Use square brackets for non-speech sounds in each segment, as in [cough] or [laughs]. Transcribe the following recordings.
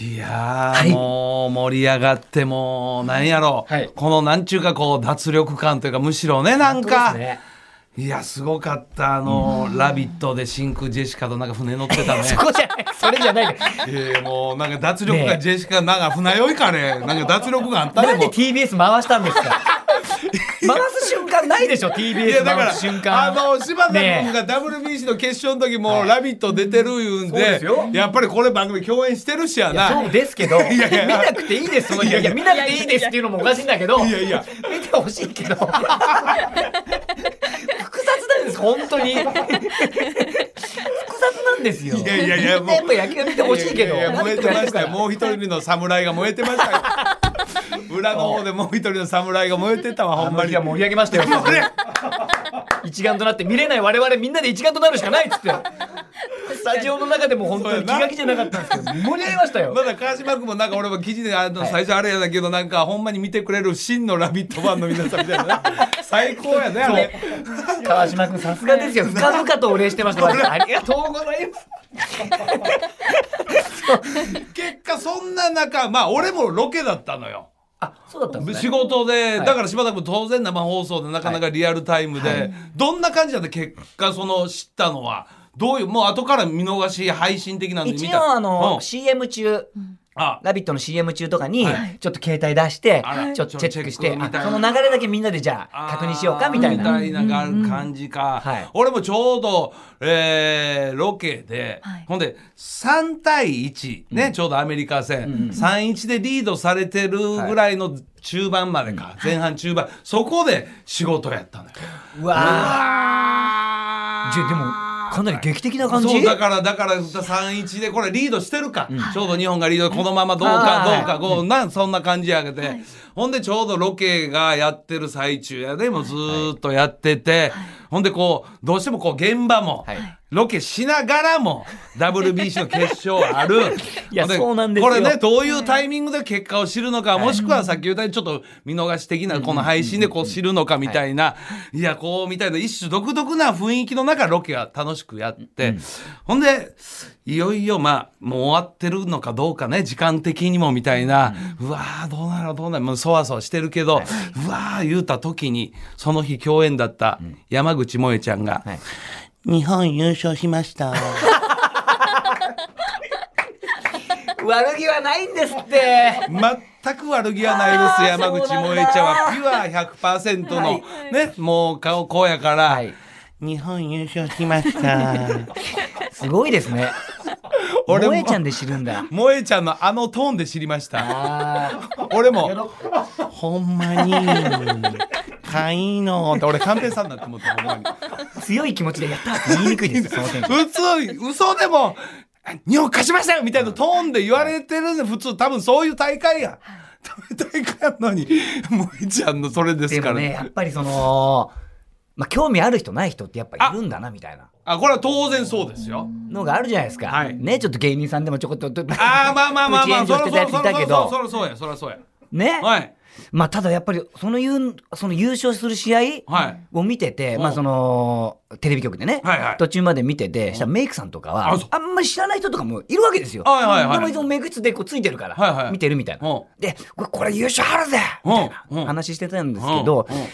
いやー、はいもう盛り上がってもうなんやろう、はいこのなんちゅうかこう脱力感というかむしろねなん本か、当ですねいやすごかったあの「ラビット!」で真空ジェシカとなんか船乗ってたねそこじゃないそれじゃないですえー、もうなんか脱力ねがえジェシカなんか船酔いかねなんか脱力があったなねんでもう TBS 回した [laughs] んですか回す瞬間ないでしょいや TBS だか回らす瞬間あの柴田ね君がえ WBC の決勝の時も「ラビット!」出てるいうんそうでですよやっぱりこれ番組共演してるしやなそうですけどいやいや見なくていいですその日はいや見なくていいですっていうのもおかしいんだけどいやいや見てほしいけど複雑なんです本当に複雑なんですよいやいやいやみんもなやっうぱ野球見てほしいけどやや燃えてましたよももう一人の侍が燃えてましたよ [laughs] 裏の方でもう一人の侍が燃えてたわほんまには盛り上げましたよこれ一丸となって見れない我々みんなで一丸となるしかないっつってスタジオの中でも本当に気が気じゃなかったんですけど盛り上げました [laughs] よまだ川島君もなんか俺も記事であのい最初あれやだけどなんかほんまに見てくれる真の「ラビット!」ファンの皆さんみたい [laughs] な最高やねあれ川島君さすがですよ深々とお礼してましたマジでありがとうございます結果そんな中まあ俺もロケだったのよあそうだったんです仕ね事で、はいだから柴田君当然生放送でなかなかリアルタイムで、どんな感じだった結果その知ったのはどういうもう後から見逃し配信的なんで見た一応あうのん CM 中あ「ラビット!」の CM 中とかにはいちょっと携帯出してあらちょっとチェックしちょてっとチェックみたいあなその流れだけみんなでじゃあ確認しようかみたいなみたいな感じか、うんうんはい俺もちょうど、えーロケで、はいほんで3対1ね、ちょうどアメリカ戦、3-1でリードされてるぐらいの中盤までか、前半中盤そこで仕事やったのよ。うわーじゃあでもかなり劇的な感じそうだからだから3-1でこれリードしてるか、ちょうど日本がリードこのままどうかはいどうかこうなんそんな感じやけて、ほんでちょうどロケがやってる最中やでもうずーっとやってて、ほんでこうどうしてもこう現場も。はいロケしながらも WBC の決勝ある [laughs] いやほでそうなんですよこれねどういうタイミングで結果を知るのか、もしくはさっき言ったようにちょっと見逃し的なこの配信でこう知るのかみたいな、い、やこうみたいな一種独特な雰囲気の中ロケは楽しくやって、ほんでいよいよまあもう終わってるのかどうかね時間的にもみたいな、うわーどうなるどうなるもうそわそわしてるけど、うわー言うた時にその日共演だった山口萌えちゃんが「はい日本優勝しました。悪気はないんですって全く悪気はないです。あー山口萌えちゃんはピュア100%の、ね、もう顔こうやから、はい日本優勝しました。 [laughs] すごいですね [laughs] 俺も萌えちゃんで知るんだ萌えちゃんのあのトーンで知りました。あ俺も、ほんまに、かいいのって俺寛平さんだって思った、ほんまに。ー強い気持ちでやったって言いにくいです [laughs] よその点普通、嘘でも、日本勝ちましたよみたいなトーンで言われてるんで、普通、多分そういう大会や。大会やのに、萌えちゃんのそれですでかもら。ねやっぱりそのまあ興味ある人ない人ってやっぱいるんだなみたいなあ、これは当然そうですよ。のがあるじゃないですか、はいねちょっと芸人さんでもちょこっとあーまあまあまあまあ、プチ炎上してたやついたけどそらそうや、そらそうや。ね、はい。まあただやっぱりその言うその優勝する試合はいを見てて、うんまあそのテレビ局でね、はいはい途中まで見ててしたらメイクさんとかはあそうあんまり知らない人とかもいるわけですよ、はいはいはいでもいつもメイク室でこうついてるから、はいはい見てるみたいな、うんでこれこれ優勝あるぜうんみたいうんな話してたんですけど、うんうん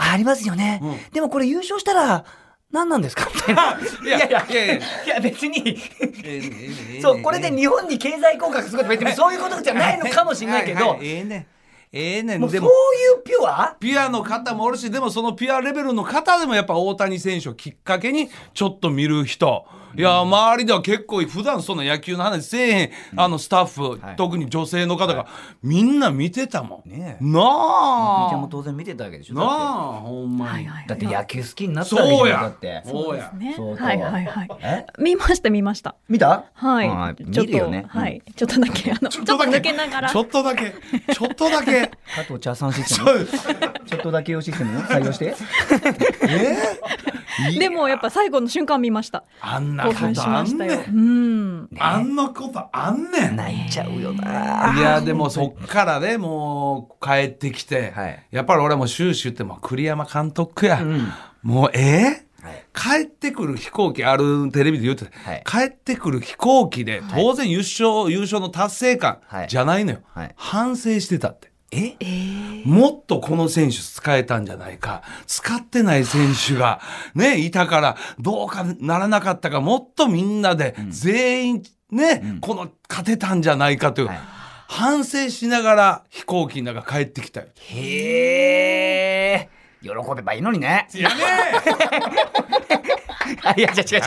あありますよね、うでもこれ優勝したら何なんですかみたいないやいやいやいやいや別にそう、これで日本に経済効果がすごいとか別にそういうことじゃないのかもしれないけはどは、ええねん。ええねん。もうそでういうも、ピュアピュアの方もおるし、でもそのピュアレベルの方でもやっぱ大谷選手をきっかけにちょっと見る人。いや、周りでは結構普段そんな野球の話せえへん、あのスタッフ、はい特に女性の方が、みんな見てたもん。ねえなちゃんもあ。当然見てたわけでしょなだあ、ほんまはいに。はいってだって野球好きになったわけじゃそうんだやって。そうや。ねそうそうはいはいはいえ見ました見ました見たはい、あーちょっ見るよと、ねはいちょっとだけあのちょっと抜けながらちょっとだけ、ちょっとだけ。加藤茶さんシステムそうちょっとだけ用システム採用 [laughs] してでもやっぱ最後の瞬間見ましたあんなこ興とあん奮しましたね。ようんんあんなことあんねん。泣いちゃうよないやでもそっからねもう帰ってきて、はいやっぱり俺はもう終始言ってもう栗山監督や、んもうええはい帰ってくる飛行機あるテレビで言ってはいた、帰ってくる飛行機で当然優勝、優勝の達成感はいじゃないのよ、はい反省してたってえもっとこの選手使えたんじゃないか使ってない選手がねいたからどうかならなかったかもっとみんなで全員ね、この勝てたんじゃないかという、はい反省しながら飛行機の中帰ってきたよへえ喜べばいいのにねやめえあ [laughs] いや違う違う違う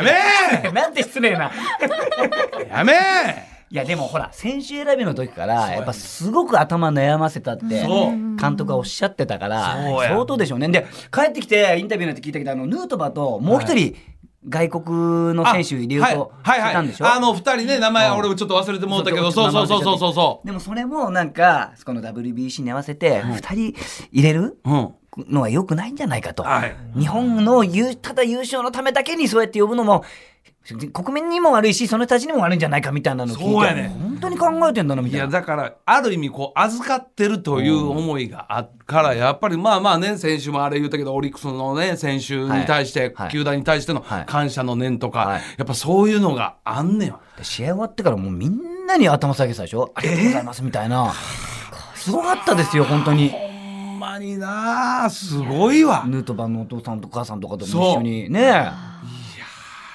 やめなんて失礼なえやめえいやでもほら選手選びの時からやっぱすごく頭悩ませたってそう監督がおっしゃってたからそうや相当でしょうねで帰ってきてインタビューなんて聞いたけどあのヌートバーともう一人外国の選手入れようとあはいしはていたんでしょはい、あの二人ね名前うん俺もちょっと忘れてもうたけどちそょっうそとう名前忘れそちゃうっそうそたうそでもそれもなんかこの WBC に合わせて2人入れるううんのは良くないんじゃないかと、はい日本の優ただ優勝のためだけにそうやって呼ぶのも国民にも悪いしその人たちにも悪いんじゃないかみたいなの聞いてそうやねん本当に考えてんだなみいたいやな。だからある意味こう預かってるという思いがあっからやっぱりまあまあね先週もあれ言ったけどオリックスのね選手に対して、はいはい球団に対してのはい感謝の念とか、はいやっぱそういうのがあんねん。試合終わってからもうみんなに頭下げてたでしょありがとうございますみたいな、すごかったですよ本当にほんまになあすごいわ。ヌートバーのお父さんとお母さんとかとそうも一緒にねあ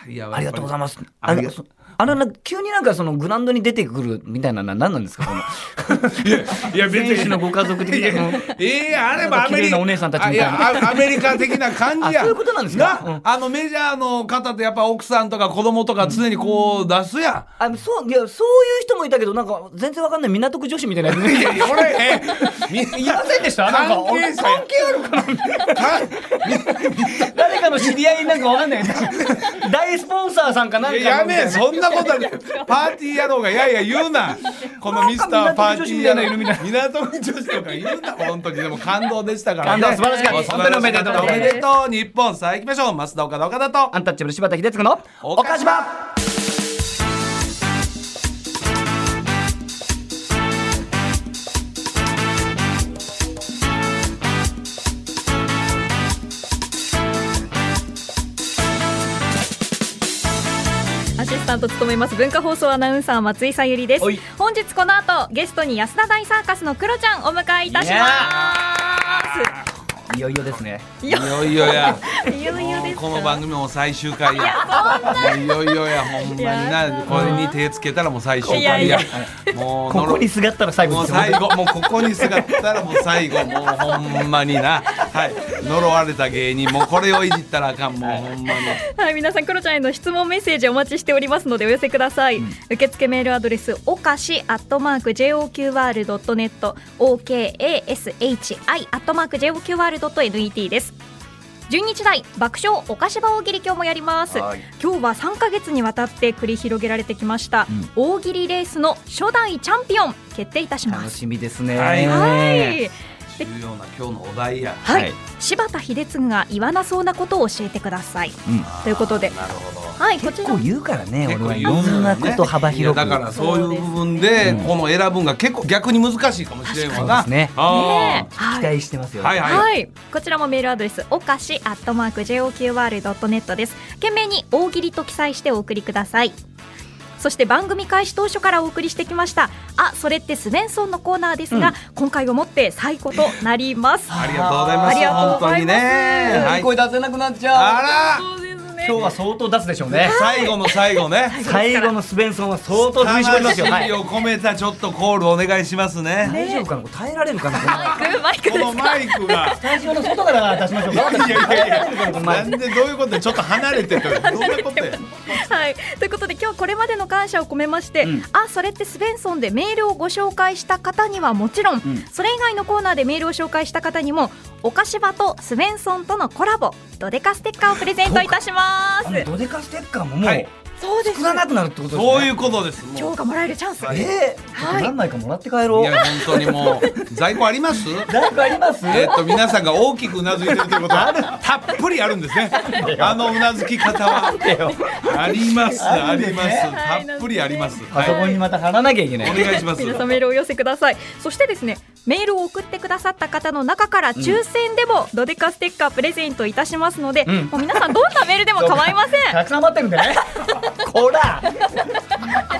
いやりがとうございまますあありれがそあれなんか急になんかそのグラウンドに出てくるみたいなのは何なんです [laughs] かこのす。いや別選手にのご家族的なのええあれなんばかア綺メ麗リなカお姉さんたちみたいなあいやあアメリカ的な感じやあそういうことなんですかうんあのメジャーの方ってやっぱ奥さんとか子供とか常にこう出すやん、あのそういやそういう人もいたけどなんか全然わかんない港区女子みたいなやついやいや俺えみ [laughs] いませんでしたなんか関係俺者関係あるかな誰かの知り合いなんかわかんないけど大スポンサーさんかなんかいのややめえそんなことはないパーティー野郎がいやいや言う [laughs] なこのミスターパーティー野郎港区女子とか言うな本当にでも感動でしたから、ね、感動素晴らしかった素晴らし本当におめでとうおめでとう日本さあ行きましょう増田岡田岡田とアンタッチャブル柴田秀嗣の岡島アシスタント務めます文化放送アナウンサー松井さゆりですおい本日この後ゲストに安田大サーカスのクロちゃんお迎えいたしまいよいよですねすいいやよいよやいよいよですかこの番組も最終回やいよいよやほんまにいやなこれに手つけたらもう最終回やいやいもうここにすがったら最後もうですよ最後もうここに姿ったらもう最後もうほんまになはい呪われた芸人もうこれをいじったらあかんもうほんまにはい、皆さん、クロちゃんへの質問メッセージお待ちしておりますのでお寄せください。受付メールアドレス、おかし、アットマーク、JOQR.net、OKASHI、アットマーク、JOQR.net です。12時台、爆笑おかし場大喜利今日もやります。はい今日は3ヶ月にわたって繰り広げられてきました、うん大喜利レースの初代チャンピオン決定いたしま楽す。しみですねはいはい。重要な今日のお題やはい、はい柴田秀嗣が言わなそうなことを教えてください。うんということでなるほどはい、こち結ら構。言うからね俺結構はい言うろねんなこと幅広くいやだからそういう部分でうんこの選ぶんが結構逆に難しいかもしれんわなそうですねあねえー期はい待してますよはいはい、こちらもメールアドレスおかしアットマーク JOQR.net です件名に大喜利と記載してお送りくださいそして番組開始当初からお送りしてきましたあ、それってスベンソンのコーナーですが、今回をもって最後となりますありがとうございますありがとうございます本当にねはい声出せなくなっちゃうあそうですね今日は相当出すでしょうねら最後の最後 [laughs] ね最後のスベンソンは相当振り絞りますよ、魂を込めたちょっとコールお願いしますね大丈夫かなこれ耐えられるかなこのマイクマイクでこすのマイクがスタジオの外から出しましょうかいやいやいや [laughs] なこの前んでどういうことでちょっと離れてとどういうことやはい、ということで今日これまでの感謝を込めまして、うんあそれってスベンソンでメールをご紹介した方にはもちろん、んそれ以外のコーナーでメールを紹介した方にもおかしばとスベンソンとのコラボドデカステッカーをプレゼントいたしまあのすドデカステッカーももう、はいそうです少なくなるってことですねそういうことですもう今日がもらえるチャンえスー、はいちょっと何枚かもらって帰ろいうや本当にもう在庫あり [laughs] ます何かありますえっと皆さんが大きくうなずいてるということはたっぷりあるんですねあのうなずき方はありますああるんりでねますはいたっぷりありますパソはいコンにまた貼らなきゃいけないお願いします皆さんメールをお寄せくださいそしてですねメールを送ってくださった方の中から抽選でもドデカステッカープレゼントいたしますので、もう皆さんどんなメールでも構いま [laughs] せんいたくさん待ってるんでねこらこや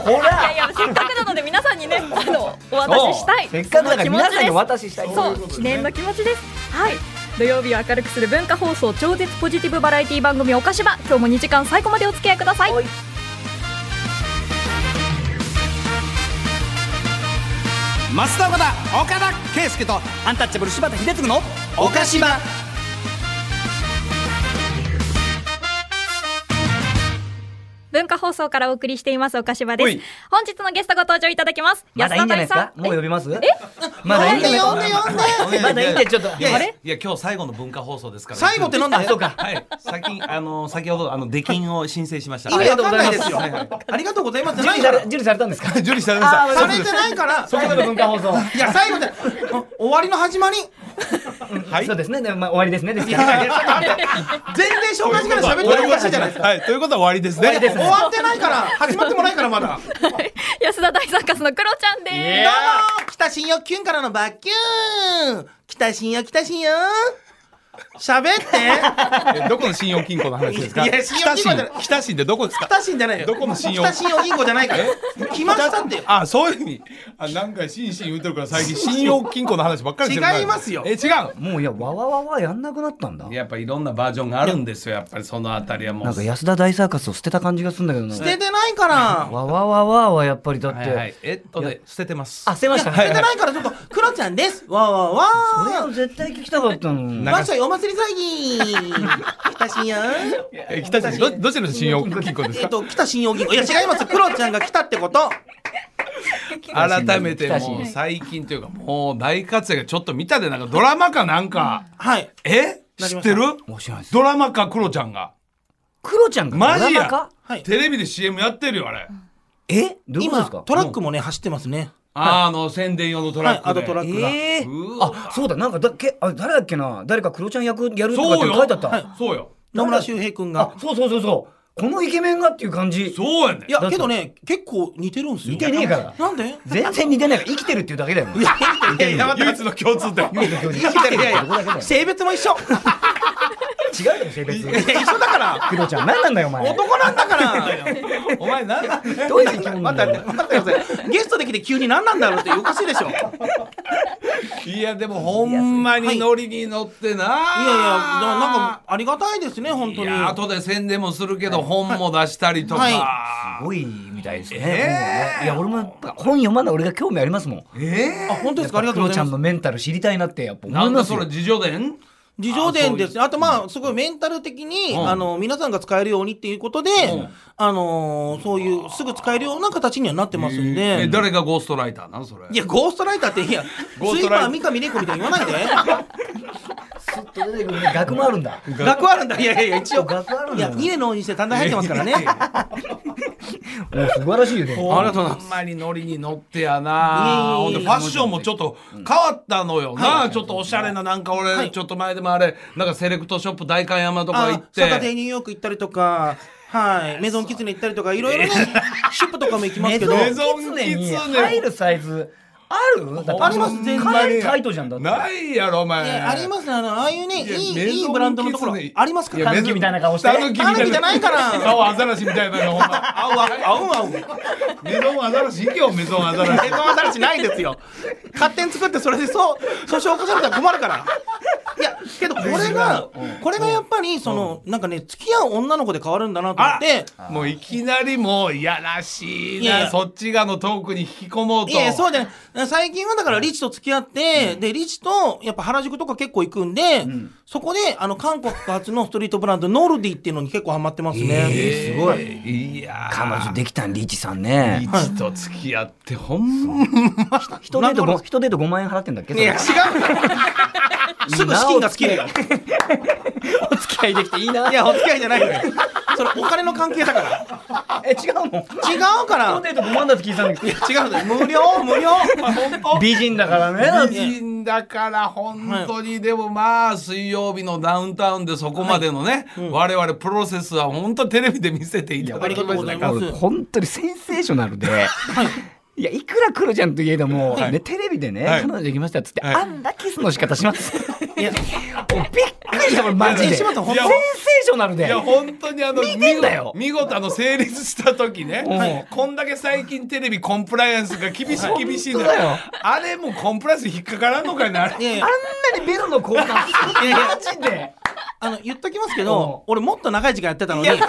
いらやせっかくなので皆さんにねあのお渡ししたいせっかくだからその気持皆さんちにですお渡ししたいそそういうことうですね記念の気持ちですはい土曜日を明るくする文化放送超絶ポジティブバラエティ番組おかしば今日も2時間最後までお付き合いください増田岡田岡田圭介とアンタッチャブル柴田秀嗣の岡島文化放送からお送りしていますおかしばでおすい本日のゲストご登場いただきますまだいいんじゃないですか安田も大うさ呼びますえまだいいんじゃない呼んで呼んで呼んでまだいいんでちょっといやいやあれいや今日最後の文化放送ですから最後ってなんだはいそうかはい先にあの先ほどあの出禁を申請しました意味わかんないですよはいはいありがとうございます受理され受理されたんですか受理されましたされてないか [laughs] ら最後の文化放送いや最後で終わりの始まりはいそうですねでもまあ終わりですねですから全然紹介しから喋ってるおかしいじゃないですかはいということは終わりですね終わりです終わってないから始まっても [laughs] ないからまだどん [laughs] 安田大サーカスのクロちゃんです、イエーイうも北新よキュンからのバッキューン北新よ北新よ喋って [laughs] えどこの信用金庫の話ですかいや信用金庫じゃない北新北新ってどこですか北新じゃないよどこの信用北新よ銀行じゃないから来ましたってよあそういう意味あなんか心身言うてるから最近信用金庫の話ばっかりしてるから違いますよえ違うもういやわわわわやんなくなったんだやっぱいろんなバージョンがあるんですよやっぱりそのあたりはもうなんか安田大サーカスを捨てた感じがするんだけどな捨ててな [laughs] いからわわわわはやっぱりだって、はいはいえっとね捨ててますあ捨てました捨ててないからちょっとクロちゃんですわーわーわそーれを絶対聞きたかったのなわっしょいお祭り騒ぎ北新よえ北新どどちらの信用金庫ですえっかと北新よ銀行いや違いますクロちゃんが来たってこと改めて北新もう最近というかもう大活躍ちょっと見たでなんかドラマかなんかはいえなり知っましたてる面白いですドラマかクロちゃんがクロちゃんがマドジラマやかはいテレビで CM やってるよあれえどういうこと今ですかトラックもね走ってますねあの宣伝用のトラッはいあクとでトラックがえうー、わあそうだなんかだけあ誰だっけな誰かクロちゃん役やるとかってそうよ書いてあった、はいそうよ野村周平くんあがそうそうそうそうこのイケメンがっていう感じそうやねんいやだってけどね結構似てるんですよ似てねえからなんでいや全然似てないから生きてるっていうだけだよもういやいや唯一の共通点唯一の共通点生きてるいやいここだけだやよ [laughs] 性別も一緒違うよ性別いや一緒だからクロちゃん何なんだよお前男なんだから [laughs] お前なん [laughs] だどういう生き物待だってよ [laughs] 待って待ってくださいゲストで来て急に何なんだろうっておかしいでしょいやいやいやでもほんまにノリに乗ってな、いななんかありがたいですね本当にいや後で宣伝もするけど本も出したりとか、はすごいみたいですね,、えーいや俺もやっぱ本読まない俺が興味ありますもんえあ本当ですかありがとうやごっぱクロちざゃんいまのすメンタル知りたいなってやっぱー、思ないんまだすそよれ自助伝自助伝ですねあとまあすごいメンタル的に、うんあの皆さんが使えるようにっていうことで、うんあのーそういうすぐ使えるような形にはなってますんで、え誰がゴーストライターなのそれいやゴーストライターっていやゴーススイトーライターパー三上玲子みたいに言わないでスッと出てくるね額もあるんだ学あるん [laughs] だいやいやいや一応学あるんいだやよ2年の人生短大入ってますからねいもう素晴らしいよ [laughs] ねありがとうございますほんまにノリに乗ってやなほんいえいえいえでファッションもちょっと変わったのよな、ちょっとおしゃれななんか俺、はいちょっと前でもあれなんかセレクトショップ代官山とか行っサタデーてニューヨーク行ったりとかはいメゾンキツネ行ったりとかいろいろねシュップとかも行きますけどメゾン狐に入るサイズあるだってあります全然かなりタイトじゃんだってないやろお前いやありますねあのああいうねいいやメいゾンいいブランドのところキツネありますかいやらメゾン狸みたいな顔して狸みたい狸じゃないから顔アザラシみたいなのほんま合う合う合う合うメゾンアザラシ行けよメゾンアザラメゾンアザラシないんですよ勝手に作ってそれでそう訴訟起こされたら困るからいやけどこれがこれがやっぱりそのなんかね付き合う女の子で変わるんだなと思ってシもういきなりもういやらしいいやいなやそっち側のトークに引き込もうといやいやそうじゃない最近はだからリチと付き合って、でリチとやっぱ原宿とか結構行くんで、そこであの韓国発のストリートブランドノルディっていうのに結構ハマってますね、えーすごいいや彼女できたんリーチさんね一と付き合ってほんま人デートご人デート5万円払ってんだっけそいや違 [laughs] れうすぐ資金が尽きるよお付き合いできていいない [laughs] やお付き合いじゃないのよそれお金の関係だからえ違うもん違うかコらンテンツ5万だって聞いてたんだけど違うんだよ無料無料美人だからね美人だから本当に、でもまあ水曜日のダウンタウンでそこまでのね、我々プロセスは本当テレビで見せていただきましたいやありがとうございます本当にセンセーショナルで、い、やいくらクロちゃんといえども、ね、テレビでね、はい彼女できましたっつって、はいあんなキスの仕方しますい [laughs] やもうびっくりしたこれマジでいやいやいや柴田ほんとセンセーショナルでいや本当にあの見てんだよ見事あの成立した時ね、んはいこんだけ最近テレビコンプライアンスが厳しい厳しいん本当だだよよあれもうコンプライアンス引っかからんのかいなあれいやいあんやなにベロの交換するマジであの言っときますけうんど俺もっと長い時間やってたのに結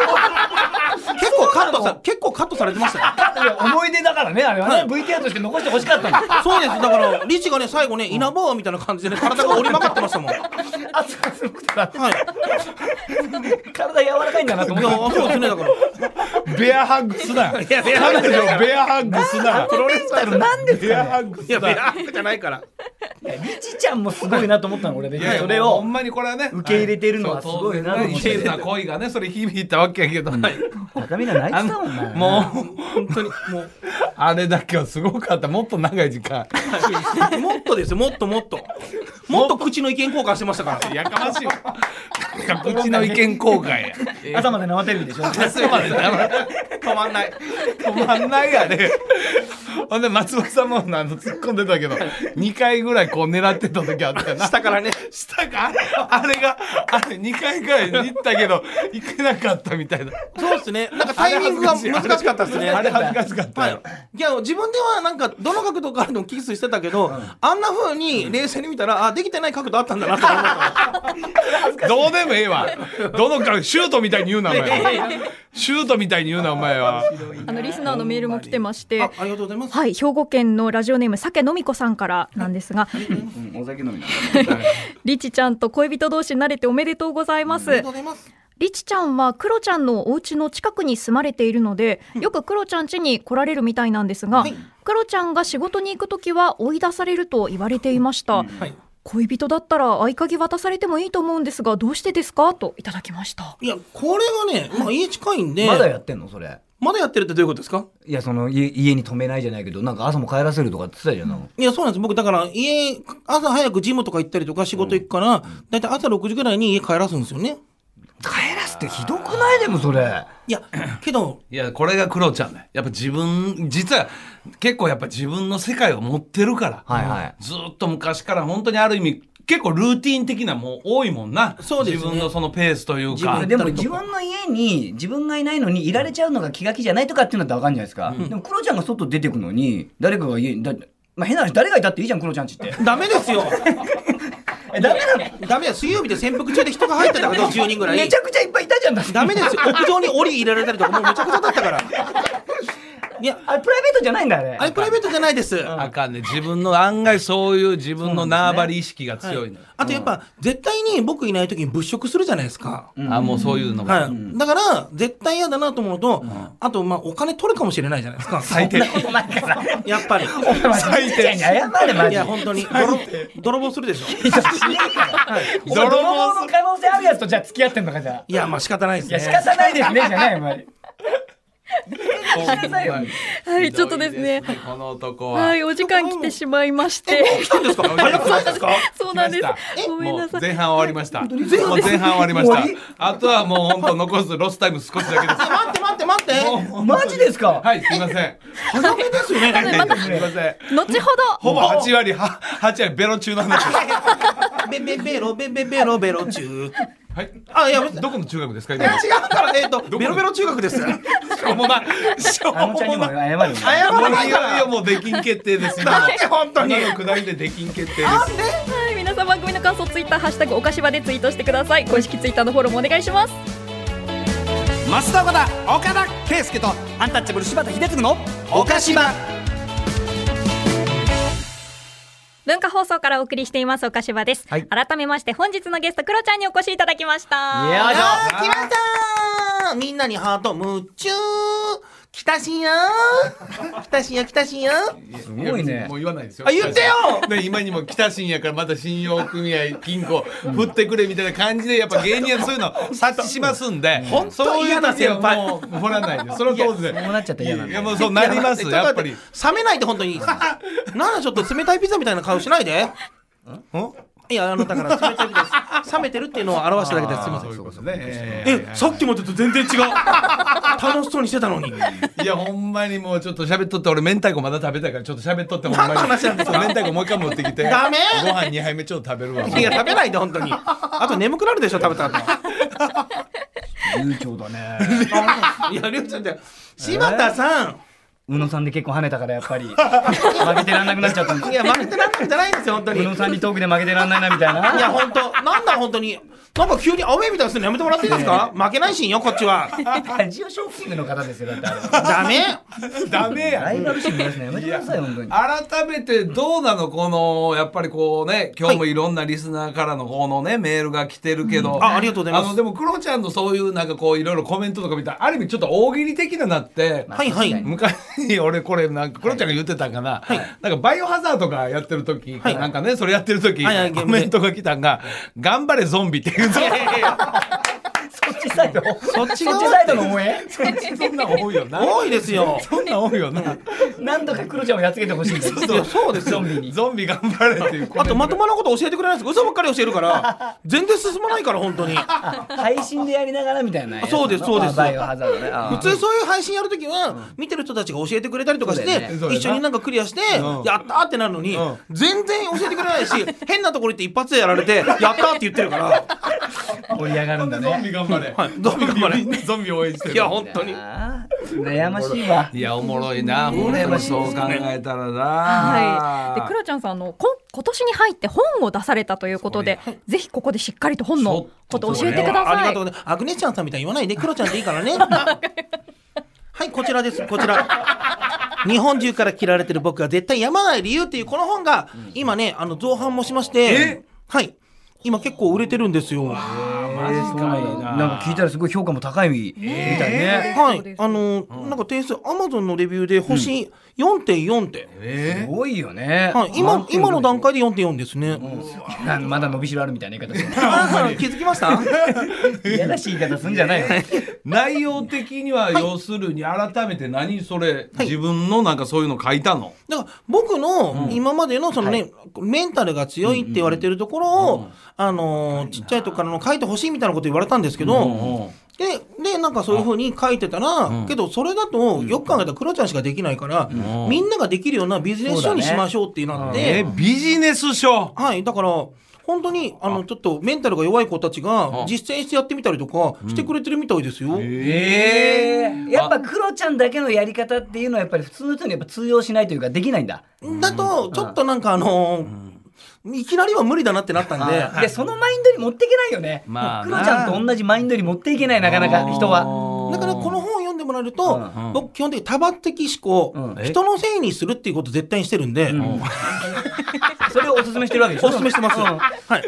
構カットさ結構カットされてましたよいや思い出だからねあれはね、はい VTR として残してほしかったのそうですだからリチがね最後ね稲葉王みたいな感じでね体が折り曲がってましたもんはい圧がすごくていや体柔らかいんだなと思ってそうですねだからベアハッグすなよ彼女ベアハッグすなよプロレスラーなんですベアハッグいすやなベよアじゃないからちちゃんもすごいなと思ったの俺別いにやいやそれほをんまにこれはね受け入れてるのはすごいなと思そうって当然ね一途な恋がねそれ響いたわけやけど、中身が泣いあてのたもんなも本当にもううあれだけはすごかったもっと長い時間はいもっとですよもっともっともっと口の意見交換してましたからやかましいわ [laughs] うちの意見交換や [laughs] 朝まで生テレビでしょ朝まで黙れ止まんない止まんないやねほんで松本さんもあの突っ込んでたけど2回ぐらいこう狙ってた時あったよな下からね下かあれあれがあれ2回ぐらい行ったけど行けなかったみたいなそうですねなんかタイミングが難しかったですねあれ恥ずかしかったはよい、いや自分ではなんかどの角度からでもキスしてたけど、あんな風に冷静に見たらあできてない角 [laughs] 度あったんだなと思っ [laughs] たどうでもええわどのかシュートみたいに言うなお前シュートみたいに言うなお前はあのリスナーのメールも来てましのてあありがとうございます、はい兵庫県のラジオネーム酒のみこさんからなんですがうんお酒飲みな [laughs] リチちゃんと恋人同士になれておめでとうございまありがすとうございますリチちゃんはクロちゃんのお家の近くに住まれているのでよくクロちゃん家に来られるみたいなんですが、はいクロちゃんが仕事に行く時は追い出されると言われていました、はい恋人だったら合鍵渡されてもいいと思うんですがどうしてですかといただきましたいやこれがね、まあ、家近いんでまだやってんのそれまだやってるってどういうことですかいやその家家に止めないじゃないけどなんか朝も帰らせるとかって言ってたじゃん、いやそうなんです僕だから家朝早くジムとか行ったりとか仕事行くから、だいたい朝6時ぐらいに家帰らすんですよね帰らせてひどくないでもそれい [coughs] やけどいやこれがクロちゃんねやっぱ自分実は結構やっぱ自分の世界を持ってるから、はいはいずーっと昔から本当にある意味結構ルーティン的なもう多いもんなそうですね自分のそのペースという自か分でも自分の家に自分がいないのにいられちゃうのが気が気じゃないとかっていうのだってわかんじゃないですか、でもクロちゃんが外出てくのに誰かが家にだ、まあ、変な話誰がいたっていいじゃんクロちゃんちってダメですよえダメなのダメだよ水曜日で潜伏中で人が入ってたから10人ぐ [laughs] らめいちゃくちゃいっぱいいたじゃんだってダメですよ屋上に檻入れられたりとかもうめちゃくちゃだったからいやあれプライベートじゃないんだあれあれプライベートじゃないです、あかんね自分の案外そういう自分の縄張り意識が強いのよ、あとやっぱ、絶対に僕いない時に物色するじゃないですか。あもうそういうのが、はい、だから絶対嫌だなと思うのと、あとまあお金取るかもしれないじゃないですか最 [laughs] 低ことないからやっぱり最低に謝れマいジやで本当に泥泥棒するでしょお前泥棒の可能性あるやつとじゃあ付き合ってんのかじゃあいやまあ仕方ないですいや仕ね方ないですねじゃないお前はいちょっとですねこの男は、はいお時間来てしまいまして来たんですか早くないですか [laughs] そうなんで来ましすごめんもなうさい前半終わりました。もう前半終わりました。あとはもう本当残すロスタイム少しだけ [laughs] で待って待って待ってす。もうマジですかはい、すいません。早めですよねすいません。後ほどほぼ8割、は8割ベロ中なんです。ベベベロベベベロベロ中はい。あいや違うどこの中学ですか今。からえっ、とこベロベロ中学ですしょう [laughs] もな。しょうあのちゃんにももな。謝る謝もらうないいよかいらよもう出禁決定です。今なんで本当に今のくだりで出禁決定です。はい皆さん番組の感想ツイッターハッシュタグおかしばでツイートしてください公式ツイッターのフォローもお願いします増田岡田岡田圭佑とアンタッチャブル柴田秀嗣の岡島文化放送からお送りしていますおかしばです、改めまして本日のゲストクロちゃんにお越しいただきましたいやあー来ましたーみんなにハート夢中来たしよー来たしよ来たしよすごいねもう言わないですよ。あ言ってよで今にも北新やからまた信用組合金庫振ってくれみたいな感じでやっぱ芸人はそういうの察知しますんで、本当嫌な先輩もう振らないです。それは当然。そうなっちゃったら嫌なんいだやよもうそうなりますちょやっぱと待りて。冷めないで本当になんだちょっと冷たいピザみたいな顔しないでんいやあのだから冷たいピザ冷めてるっていうのを表しただけですすいませんそういうことね。えーえさっきまでと全然違う楽しそうにしてたのにいやほんまにもうちょっと喋っとって俺明太子まだ食べたいからちょっと喋っとってほんまに何の話なんですか明太子もう一回持ってきてダメご飯2杯目ちょっと食べるわいや食べないで本当にあと眠くなるでしょ食べた後悠長だね。いやりょうちゃんって柴田さん [laughs] 宇野さんで結構跳ねたからやっぱり負けてらんなくなっちゃったんいでや負けてなんかじゃないんですよ本当す。に宇い野さんにトークで負けてらんないなみたいな。や本当なんだ本当になんか急にアウェーみたいにするのやめてもらっていいですか負けないシーンよこっちはラジオショッピングの方ですよだってあれは。ダメダメやライバル心出すのやめてください本当に。改めてどうなのこのやっぱりこうね今日もいろんなリスナーからのこのねメールが来てるけど、んあありがとうございますあのでもクロちゃんのそういうなんかこういろいろコメントとか見たらある意味ちょっと大喜利的ななって、はいはい昔俺これなんかクロちゃんが言ってたんかな、なんかバイオハザードがやってる時、はいなんかねそれやってる時、はいはいコメントが来たんが「頑張れゾンビ」っていうゾンビそっちサイド。そっちち側サイドの応援。そんなん多いよな多いですよそんなん多いよな何度かクロちゃんをやっつけてほしいんです。いやそうですゾよンビに。ゾンビ頑張れっていうコメントがあとまともなこと教えてくれないです嘘ばっかり教えるから全然進まないから本当に普配信でやりながらみたいなやつ。そうですそうですあバイオハザードね。あー通そういう配信やるときは見てる人たちが教えてくれたりとかしそうてだねよそうだよな一緒になんかクリアしてうんやったーってなるのにうん全然教えてくれないし [laughs] 変なところ行って一発でやられてやったーって言ってるから盛り上がるんだゾンね。ビ頑張れ、ゾンビ頑張れみんなゾンビ応援してるいや本当にあー羨ましいわ。いやおもろいな、ん俺もそう考えたらな。はい。で、クロちゃんさん、あの、こ、今年に入って本を出されたということで、ぜひここでしっかりと本のことを教えてくだありさがいとう。ねアグネちゃんさんみたいに言わないでクロちゃんでいいからね [laughs] はいこちらですこちら日本中から嫌われてる僕が絶対やまない理由っていうこの本が今ねあの造反もしましてはい今結構売れてるんですよえーそうなんだなんか聞いたらすごい評価も高いみたいね。はそうでい、すあのーなんか点数、アマゾンのレビューで星4.4点。すごいよね。はい、満今、点今の段階で4.4ですね。なんまだ伸びしろあるみたいな言い方すあー気づきました。る。 [laughs] 嫌らしい言い方すんじゃないよ。内容的には要するに改めて何それ、自分のなんかそういうの書いたの。だから、僕の今までのそのね、メンタルが強いって言われてるところを。あのーちっちゃい時からの書いてほしいみたいなこと言われたんですけど。で、で、なんかそういう風に書いてたら、けど、それだと、よく考えたら、クロちゃんしかできないから。みんなができるようなビジネス書にしましょうってなって。えビジネス書。はい、だから、本当に、あの、ちょっとメンタルが弱い子たちが、実践してやってみたりとか、してくれてるみたいですよ。えやっぱクロちゃんだけのやり方っていうのはやっぱり普通の人にやっぱ通用しないというかできないんだ。だと、ちょっとなんかあのーいきなりは無理だなってなったん [laughs] で、でそのマインドに持っていけないよね。まあクロちゃんと同じマインドに持っていけないなかなか人は。だからこの本を読んでもらえると、うん僕基本的に多発的思考、うん人のせいにするっていうこと絶対にしてるんで、それをお勧めしてるわけでしょ。おすすめしてます。うんはい、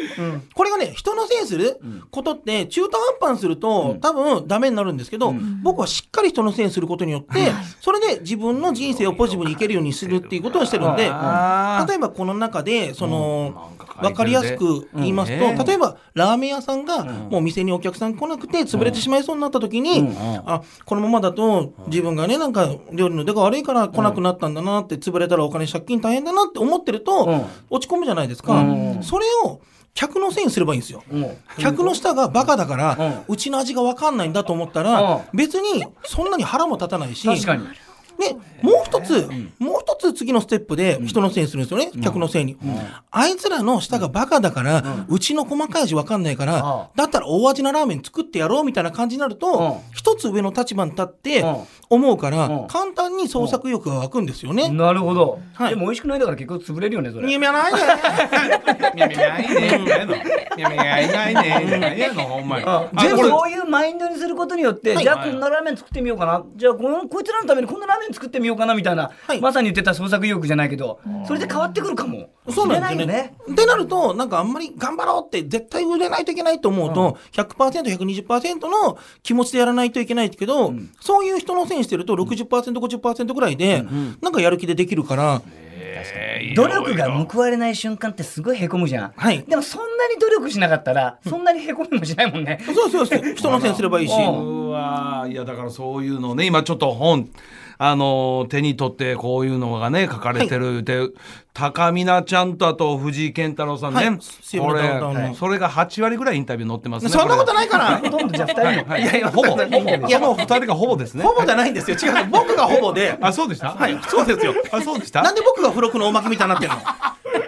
これがね、人のせいにすることって、中途半端にすると、多分ダメになるんですけど、僕はしっかり人のせいにすることによって、それで自分の人生をポジティブにいけるようにするっていうことをしてるんで、例えあーばこの中で、その、なんか書いてるねわかりやすく言いますうんと、例えばラーメン屋さんが、もう店にお客さん来なくて潰れてしまいそうになった時に、あ、このままだと自分がね、なんか料理の出が悪いから来なくなったんだなって、潰れたらお金借金大変だなって思ってると、落ち込むじゃないですか。それを客のせいにすればいいんですよ。客の舌がバカだから、うちの味が分かんないんだと思ったら、別にそんなに腹も立たないし、確かに。で、もう一つ、もう一つ次のステップで人のせいにするんですよね、客のせいに。あいつらの舌がバカだから、うちの細かい味わかんないから、だったら大味なラーメン作ってやろうみたいな感じになると、一つ上の立場に立ってうん思うからん、簡単に創作意欲が湧くんですよね。なるほど。はいでも美味しくないんだから結局潰れるよねそれ。見えないね。いやいやいないね。いやいやいないね。何やのほんまに。でもあこれそういうマインドにすることによって、はいじゃあこんなラーメン作ってみようかなじゃあこのこいつらのためにこんなラー麺作ってみようかなみたいな、はいまさに言ってた創作意欲じゃないけど、それで変わってくるかも。そうなんですよ知れいね。ってなると、なんかあんまり頑張ろうって絶対売れないといけないと思うと、100%、120%の気持ちでやらないといけないけど、そういう人のせいにしてると60%、50%ぐらいで、なんかやる気でできるから、努力が報われない瞬間ってすごいへこむじゃん、はいでもそんなに努力しなかったらそんなにへこみもしないもんね、そうそうそう、人のせいにすればいいし。うんうわーいやだからそういうのね今ちょっと本あのー手に取ってこういうのがね書かれてるで、高見菜ちゃんとあと藤井健太郎さんね、はい水曜こ日のれ、ダウンタウンのはいそれが8割ぐらいインタビュー載ってますねそんなこといないからほとんどじゃあ2人の、はいはい、いやいやほぼほぼいやもう2人がほぼですねほぼじゃないんですよ。違う、僕がほぼで。あそうでしたはいそうですよあそうでしたなんで僕が付録のおまけみたいになってる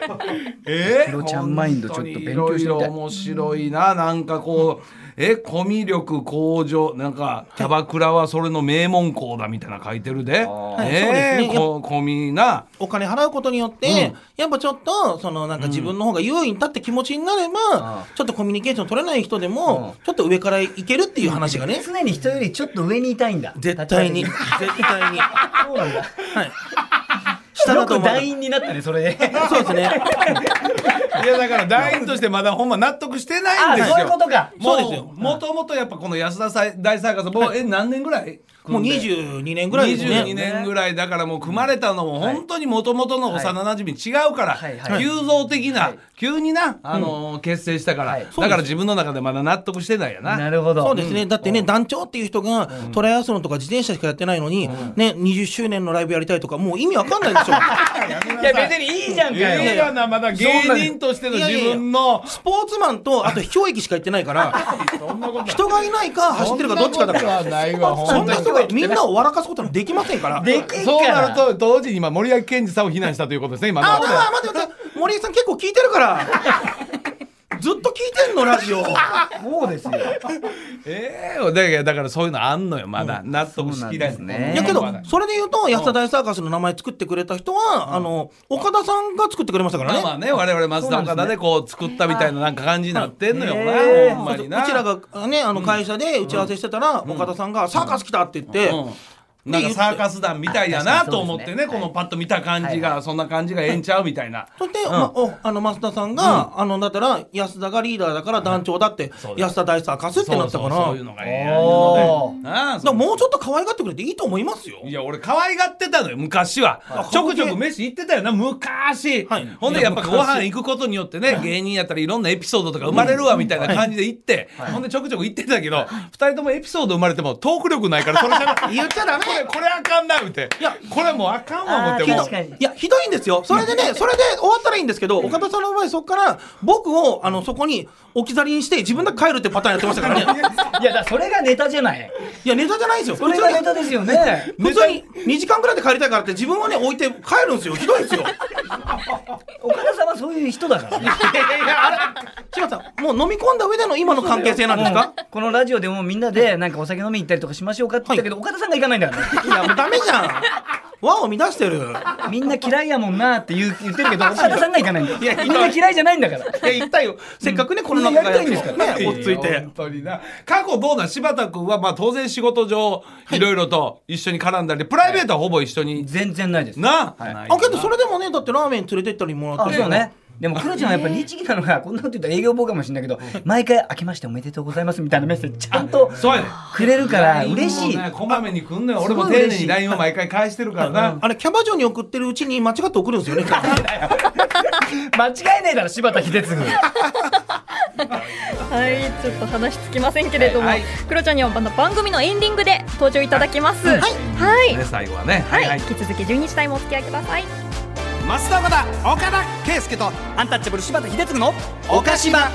のえクロちゃんマインドちょっと勉強してみたい本当にいろいろ面白いななんかこうえコミュ力向上なんかキャバクラはそれの名門校だみたいな書いてるで、いそうえですーねこコミなお金払うことによって、やっぱちょっと、そのなんか自分の方が優位に立って気持ちになれば、ちょっとコミュニケーション取れない人でも、ちょっと上からいけるっていう話がね。常に人よりちょっと上にいたいんだ絶対に、立絶対に。場的そうなんだ [laughs] 下よだとく思う。団員になったねそれでそうで [laughs] すね。いやだから団員としてまだほんま納得してないんですよあそういうことかもそうですよもともとやっぱこの安田さい大サーカスもう、え何年ぐらいもう22年ぐらいです22ね。年ぐらいだからもう組まれたのも本当にもともとの幼なじみ違うから、はいはいはい急増的な、急にな、あのー結成したから、はいだから自分の中でまだ納得してないやな。なるほどそうですね。だってね、団長っていう人が、トライアスロンとか自転車しかやってないのに、ね、20周年のライブやりたいとか、もう意味わかんないでし [laughs] ょ。いや別にいいじゃんかよ、映画なまだ芸人としての自分のスポーツマンと、あと秘境駅しか行ってないから、人がいないか走ってるかどっちかだから。そんなことはないわそほんんな人とにがみんなを笑かすことなんてできませんから。できんそうかならると同時に今森脇健児さんを非難したということですね今のあ、あ、待って待って、森井さん結構聞いてるから。ずっと聞いてんの、ラ [laughs] ジオ。そうですよええだからだからそういうのあんのよまだ、納得しきらずそうなんですねいやけどまだ、それで言うと、安田大サーカスの名前作ってくれた人は、あの、岡田さんが作ってくれましたからね。まあね我々松田岡田でこう作ったみたいななんか感じになってんのよな、へえほんそうそまううにちらながね、あの会社で打ち合わせしてたら、岡田さんが、サーカス来たって言って、うん、なんかサーカス団みたいやなと思ってねあ確かこにそうですねのパッと見た感じが、はそんな感じがええんちゃうみたいな。そして、まおあの増田さんが、あのだったら安田がリーダーだから団長だって、そうです安田大サーカスってなったかそうらそうそういうのがええやんいうのでなあだからもうちょっと可愛がってくれていいと思いますよ。いや俺可愛がってたのよ昔は、ちょくちょく飯行ってたよな昔、はいほんでやっぱご飯行くことによってね芸人やったらいろんなエピソードとか生まれるわみたいな感じで行って、ほんでちょくちょく行ってたけど、2人ともエピソード生まれてもトーク力ないからそれじゃな言っちゃダメこれこれあかんなみたいいやこれもうあかんわ思ってあーもう確かにいやひどいんですよ。それでね、それで終わったらいいんですけど、岡田さんの場合、そこから僕をあのそこに置き去りにして、自分だけ帰るってパターンやってましたから [laughs] ね。いやだからそれがネタじゃないいや、ネタじゃないですよ。それがネタですよね普通に2時間ぐらいで帰りたいからって、自分はね、置いて帰るんですよ。ひどいですよ。岡田さんはそういう人だからね柴田さん、もう飲み込んだ上での今の関係性なんですかこのラジオでもみんなでなんかお酒飲みに行ったりとかしましょうかって言ったけど、岡田さんが行かないんだからねいや、もうダメじゃん。和を乱してる。みんな嫌いやもんなって言う言ってるけど岡田さんが行かないんだよみんな嫌いじゃないんだからいや、行ったよ。せっかくね、この中やりたいんですからね、落ち着いて本。当にな過去どうなん柴田君はまあ当然仕事上いろいろと一緒に絡んだりプライベートはほぼ一緒に、全然ないですなあ、あ、けどそれでもね、だってラーメン連れてったりもらっあて。そうねでもクロちゃんはやっぱり律儀なのがこんなこと言ったら営業妨害もしれないけど毎回「明けましておめでとうございます」みたいなメッセージちゃんとそうやねくれるから嬉しいもうねこまめに来んのよ俺も丁寧に LINE を毎回返してるからなあれ、キャバ嬢に送ってるうちに間違って送るんですよね。間違いねえだろ柴田秀次はい、ちょっと話つきませんけれども、クロちゃんにはまた番組のエンディングで登場いただきます。はい、はい、ね最後はねはい、引き続き12時台もお付き合いください。増田岡田岡田圭佑とアンタッチャブル柴田秀嗣の岡島